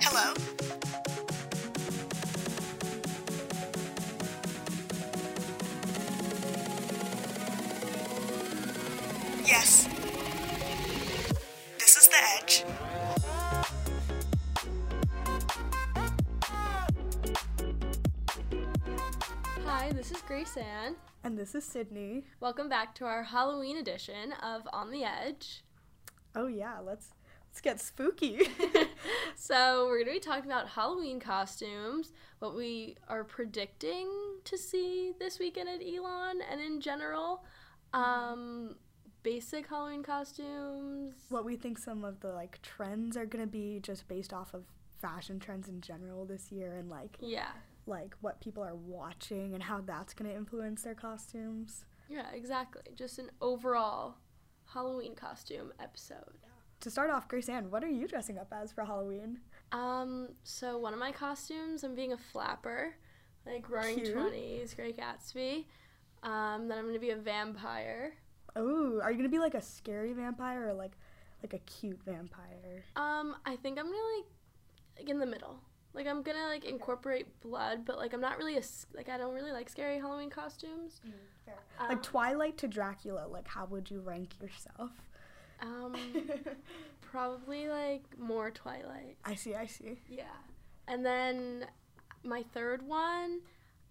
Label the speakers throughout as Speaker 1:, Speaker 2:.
Speaker 1: Hello. Yes. This is the edge.
Speaker 2: Hi, this is Grace Ann.
Speaker 3: And this is Sydney.
Speaker 2: Welcome back to our Halloween edition of On the Edge.
Speaker 3: Oh yeah, let's let's get spooky.
Speaker 2: So, we're going to be talking about Halloween costumes, what we are predicting to see this weekend at Elon, and in general, um, basic Halloween costumes.
Speaker 3: what we think some of the like trends are gonna be just based off of fashion trends in general this year and like
Speaker 2: Yeah.
Speaker 3: like what people are watching and how that's gonna influence their costumes.
Speaker 2: Yeah, exactly. Just an overall Halloween costume episode.
Speaker 3: To start off, Grace Ann, what are you dressing up as for Halloween?
Speaker 2: Um, so one of my costumes, I'm being a flapper, like Roaring
Speaker 3: Cute.
Speaker 2: Twenties, Great Gatsby. Um, then I'm gonna be a vampire.
Speaker 3: Oh, are you gonna be like a scary vampire or like like a cute vampire?
Speaker 2: Um, I think I'm gonna like, like in the middle. Like I'm gonna like incorporate blood, but like I'm not really a s- like I don't really like scary Halloween costumes.
Speaker 3: Mm,
Speaker 2: Uh,
Speaker 3: like Twilight to Dracula, like how would you rank yourself?
Speaker 2: Um, probably like more Twilight.
Speaker 3: I see, I see.
Speaker 2: Yeah. And then my third one,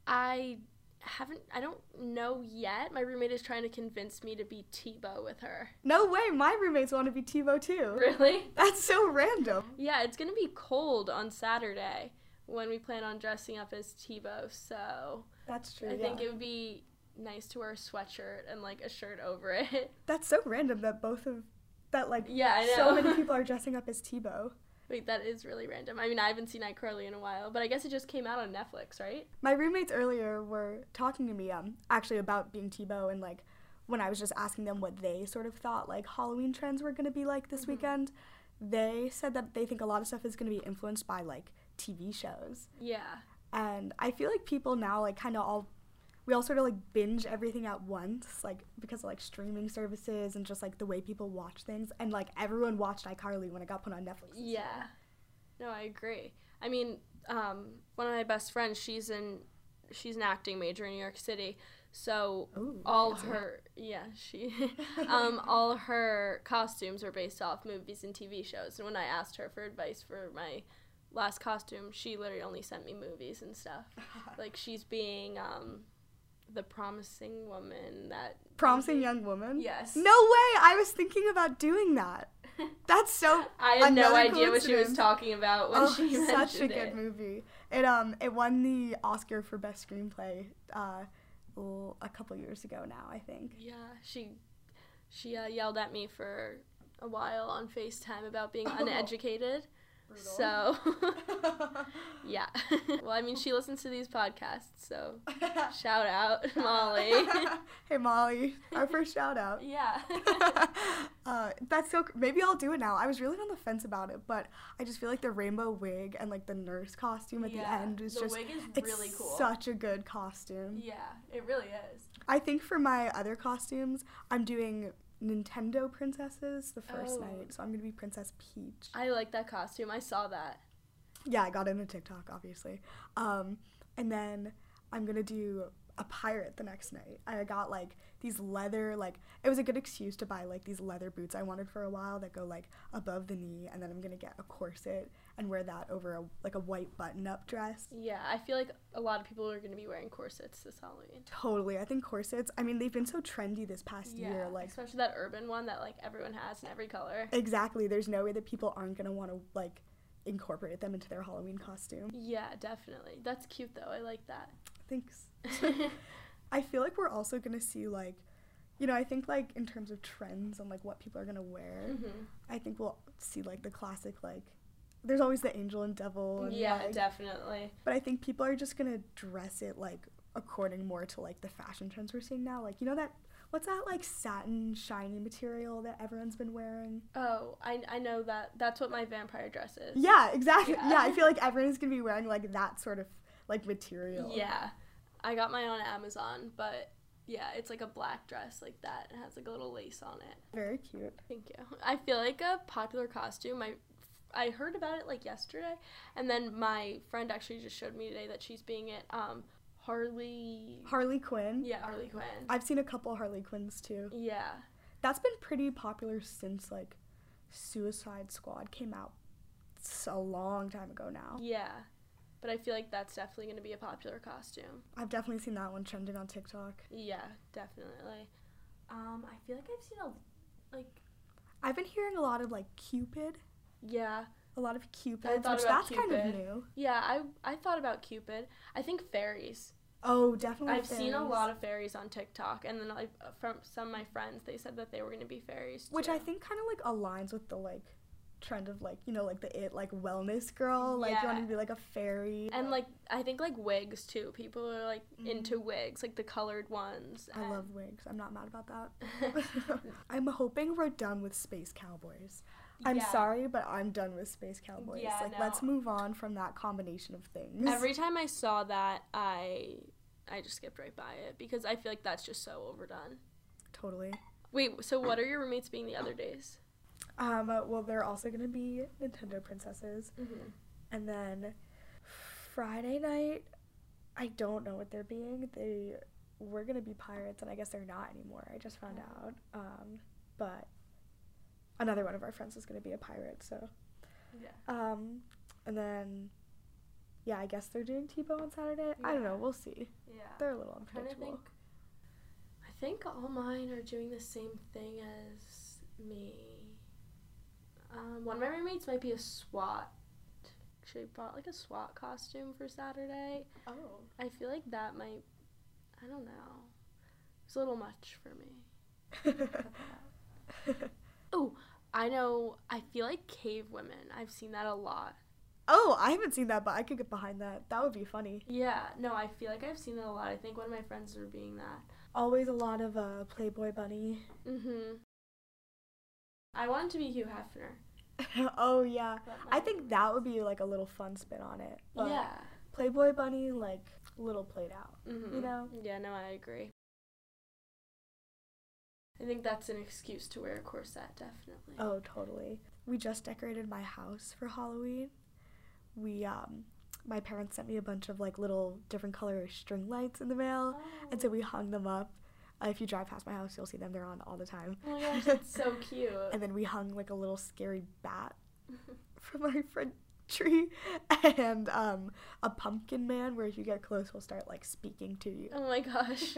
Speaker 2: I haven't, I don't know yet. My roommate is trying to convince me to be Tebow with her.
Speaker 3: No way, my roommates want to be Tebow too.
Speaker 2: Really?
Speaker 3: That's so random.
Speaker 2: Yeah, it's gonna be cold on Saturday when we plan on dressing up as Tebow. So
Speaker 3: That's true.
Speaker 2: I
Speaker 3: yeah.
Speaker 2: think it would be nice to wear a sweatshirt and like a shirt over it.
Speaker 3: That's so random that both of that like
Speaker 2: Yeah, I
Speaker 3: so
Speaker 2: know.
Speaker 3: many people are dressing up as Tebow.
Speaker 2: Wait, that is really random. I mean, I haven't seen iCarly in a while, but I guess it just came out on Netflix, right?
Speaker 3: My roommates earlier were talking to me um actually about being Tebow and like when I was just asking them what they sort of thought like Halloween trends were going to be like
Speaker 2: Mm-hmm.
Speaker 3: this weekend, they said that they think a lot of stuff is going to be influenced by like TV shows.
Speaker 2: Yeah.
Speaker 3: and i feel like people now like kind of all we all sort of like binge everything at once like because of like streaming services and just like the way people watch things and like everyone watched icarly when it got put on netflix this year.
Speaker 2: Yeah. No, I agree. I mean, um, one of my best friends, she's in she's an acting major in New York City. So
Speaker 3: Ooh,
Speaker 2: all
Speaker 3: fancy.
Speaker 2: her yeah, she um, all her costumes are based off movies and TV shows. And when I asked her for advice for my last costume, she literally only sent me movies and stuff. like she's being um, the promising woman that
Speaker 3: promising young woman
Speaker 2: Mm-hmm. Yes.
Speaker 3: no way i was thinking about doing that that's so
Speaker 2: I had no
Speaker 3: another
Speaker 2: idea what she was
Speaker 3: coincidence.
Speaker 2: talking about when
Speaker 3: oh,
Speaker 2: she mentioned
Speaker 3: such a
Speaker 2: it.
Speaker 3: good movie it um it won the oscar for best screenplay uh l- a couple years ago now i think
Speaker 2: Yeah, she she uh, yelled at me for a while on FaceTime about being uneducated. So, yeah. well, I mean, she listens to these podcasts, so shout out Molly.
Speaker 3: hey Molly, our first shout out.
Speaker 2: yeah.
Speaker 3: uh, that's so. cr- Maybe I'll do it now. I was really on the fence about it, but I just feel like the rainbow wig and like the nurse costume at
Speaker 2: Yeah,
Speaker 3: the end is
Speaker 2: the
Speaker 3: just
Speaker 2: wig is
Speaker 3: it's
Speaker 2: really cool.
Speaker 3: Such a good costume.
Speaker 2: Yeah, it really is.
Speaker 3: I think for my other costumes, I'm doing Nintendo princesses the first
Speaker 2: Oh.
Speaker 3: night, so I'm gonna be Princess Peach.
Speaker 2: I like that costume. I saw that.
Speaker 3: Yeah, I got it on TikTok, obviously. Um, and then I'm gonna do a pirate the next night. I got like these leather, like it was a good excuse to buy like these leather boots I wanted for a while that go like above the knee, and then I'm gonna get a corset and wear that over a like a white button-up dress.
Speaker 2: Yeah, I feel like a lot of people are going to be wearing corsets this Halloween.
Speaker 3: Totally, I think corsets. I mean, they've been so trendy this past year. Like
Speaker 2: especially that urban one that like everyone has in every color.
Speaker 3: exactly, there's no way that people aren't gonna want to like incorporate them into their Halloween costume.
Speaker 2: Yeah, definitely. That's cute though. I like that.
Speaker 3: Thanks.
Speaker 2: Mm-hmm.
Speaker 3: I feel like we're also gonna see like, you know, I think like in terms of trends and like what people are gonna wear, I think we'll see like the classic like, there's always the angel and devil. And,
Speaker 2: Yeah,
Speaker 3: like-
Speaker 2: definitely.
Speaker 3: But I think people are just gonna dress it like according more to like the fashion trends we're seeing now. Like you know that what's that like satin shiny material that everyone's been wearing?
Speaker 2: Oh, I, I know that. That's what my vampire dress is.
Speaker 3: Yeah, exactly.
Speaker 2: Yeah.
Speaker 3: Yeah, I feel like everyone's gonna be wearing like that sort of like material.
Speaker 2: Yeah. I got mine on Amazon, but yeah, it's like a black dress like that. It has like a little lace on it.
Speaker 3: Very cute.
Speaker 2: Thank you. I feel like a popular costume, my I heard about it like yesterday, and then my friend actually just showed me today that she's being at um Harley.
Speaker 3: Harley Quinn.
Speaker 2: Yeah, Harley Quinn.
Speaker 3: I've seen a couple Harley Quinns too.
Speaker 2: yeah,
Speaker 3: That's been pretty popular since like Suicide Squad came out s- a long time ago now.
Speaker 2: yeah, but I feel like that's definitely gonna be a popular costume.
Speaker 3: I've definitely seen that one trending on TikTok.
Speaker 2: Yeah, definitely. Um, I feel like I've seen a like
Speaker 3: I've been hearing a lot of like Cupid,
Speaker 2: yeah
Speaker 3: a lot of Cupids,
Speaker 2: thought
Speaker 3: which
Speaker 2: about
Speaker 3: that's kind of
Speaker 2: Cupid.
Speaker 3: new.
Speaker 2: yeah I I thought about Cupid. I think fairies.
Speaker 3: Oh, definitely.
Speaker 2: I've seen a
Speaker 3: fairies.
Speaker 2: lot of fairies on TikTok, and then I, from some of my friends, they said that they were gonna be fairies.
Speaker 3: which I
Speaker 2: too.
Speaker 3: think kind of like aligns with the like trend of like you know like the it like wellness girl like you want
Speaker 2: Yeah.
Speaker 3: to be like a fairy
Speaker 2: And like I think like wigs too. People are like into wigs, like the colored ones.
Speaker 3: Mm-hmm. I
Speaker 2: and-
Speaker 3: love wigs. I'm not mad about that. I'm hoping we're done with space cowboys. I'm
Speaker 2: Yeah.
Speaker 3: sorry, but I'm done with space cowboys.
Speaker 2: Yeah,
Speaker 3: like let's
Speaker 2: no.
Speaker 3: move on from that combination of things.
Speaker 2: Every time I saw that, I I just skipped right by it because I feel like that's just so overdone.
Speaker 3: totally.
Speaker 2: Wait, so what are your roommates being the other days?
Speaker 3: Um uh, well they're also going to be Nintendo princesses and then Friday night I don't know what they're being. They were going to be pirates and I guess they're not anymore. I just
Speaker 2: Oh.
Speaker 3: found out. Um but another one of our friends is going to be a pirate, so
Speaker 2: Yeah.
Speaker 3: Um, and then, yeah, I guess they're doing Tebow on Saturday. I don't know.
Speaker 2: Yeah.
Speaker 3: We'll see.
Speaker 2: Yeah.
Speaker 3: They're a little
Speaker 2: I'm trying to
Speaker 3: unpredictable.
Speaker 2: think. I think all mine are doing the same thing as me. Um, one of my roommates might be a SWAT. She bought like a SWAT costume for Saturday.
Speaker 3: Oh.
Speaker 2: I feel like that might. I don't know. It's a little much for me. Oh. I know. I feel like cave women. I've seen that a lot.
Speaker 3: oh, I haven't seen that, but I could get behind that. That would be funny.
Speaker 2: Yeah. No, I feel like I've seen it a lot. I think one of my friends were being that.
Speaker 3: Always a lot of uh, Playboy bunny.
Speaker 2: Mm-hmm. I wanted to be Hugh Hefner.
Speaker 3: oh yeah,
Speaker 2: but my-
Speaker 3: I think that would be like a little fun spin on it. But
Speaker 2: Yeah.
Speaker 3: Playboy bunny, like little played out.
Speaker 2: Mm-hmm.
Speaker 3: know?
Speaker 2: Yeah. No, I agree. I think that's an excuse to wear a corset, definitely.
Speaker 3: Oh, totally. We just decorated my house for Halloween. We um my parents sent me a bunch of like little different color string lights in the
Speaker 2: Oh.
Speaker 3: mail, and so we hung them up. Uh, if you drive past my house, you'll see them. They're on all the time.
Speaker 2: Oh my gosh, that's so cute.
Speaker 3: and then we hung like a little scary bat from our front tree and um a pumpkin man where if you get close he'll start like speaking to you.
Speaker 2: Oh my gosh.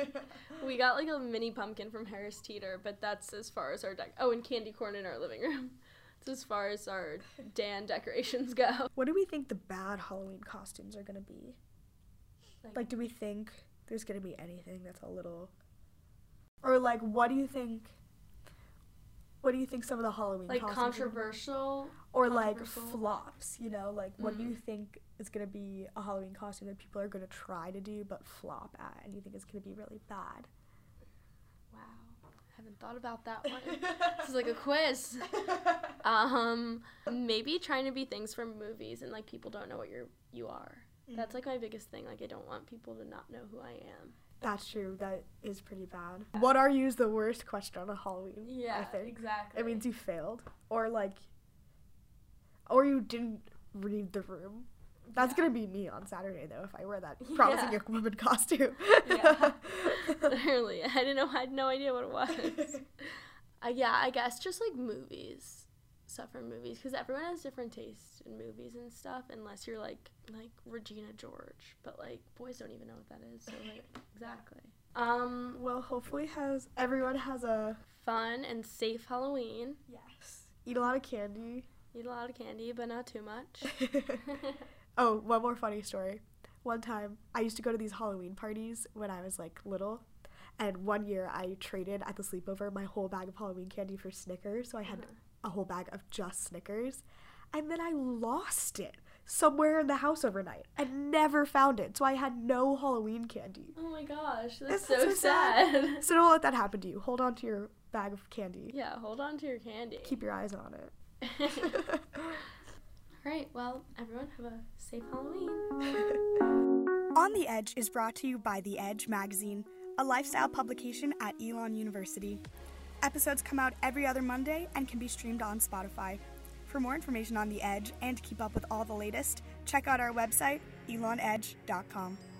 Speaker 2: we got like a mini pumpkin from Harris Teeter, but that's as far as our deck. Oh, and candy corn in our living room. It's as far as our Dan decorations go.
Speaker 3: What do we think the bad Halloween costumes are gonna be?
Speaker 2: Like-
Speaker 3: Like, do we think there's gonna be anything that's a little, or like, what do you think? What do you think some of the Halloween
Speaker 2: Like
Speaker 3: costumes are gonna be?
Speaker 2: controversial.
Speaker 3: or like
Speaker 2: controversial. Mm-hmm.
Speaker 3: flops? You know, like what do you think is gonna be a Halloween costume that people are gonna try to do but flop at, and you think it's gonna be really bad?
Speaker 2: Wow. I haven't thought about that one. this is like a quiz. Um maybe trying to be things from movies and like people don't know what you're you are. That's like my biggest thing. Like I don't want people to not know who I am.
Speaker 3: That's true. That is pretty bad. What are you is the worst question on a Halloween. I think.
Speaker 2: exactly.
Speaker 3: It means you failed, or like, or you didn't read the room. That's gonna be me on Saturday though, if I wear that promising
Speaker 2: Yeah.
Speaker 3: young woman costume.
Speaker 2: Yeah. Literally, I didn't know. I had no idea what it was. uh, yeah, I guess just like movies, stuff from movies, because everyone has different tastes in movies and stuff. Unless you're like like Regina George, but like boys don't even know what that is. So like exactly. Um,
Speaker 3: well, hopefully, has everyone has a
Speaker 2: fun and safe Halloween.
Speaker 3: yes. Eat a lot of candy.
Speaker 2: Eat a lot of candy, but not too much.
Speaker 3: oh, one more funny story. One time, I used to go to these Halloween parties when I was like little. And one year, I traded at the sleepover my whole bag of Halloween candy for Snickers. So I had
Speaker 2: Uh-huh.
Speaker 3: a whole bag of just Snickers. And then I lost it somewhere in the house overnight and never found it. So I had no Halloween candy.
Speaker 2: oh my gosh, that's
Speaker 3: This
Speaker 2: so,
Speaker 3: is so sad.
Speaker 2: sad.
Speaker 3: So don't let that happen to you. Hold on to your bag of candy,
Speaker 2: yeah, hold on to your candy.
Speaker 3: keep your eyes on it.
Speaker 2: All right, well, everyone have a safe Halloween.
Speaker 3: On the Edge is brought to you by The Edge magazine, a lifestyle publication at Elon University. Episodes come out every other Monday and can be streamed on Spotify. For more information on The Edge and to keep up with all the latest, check out our website, elonedge.com.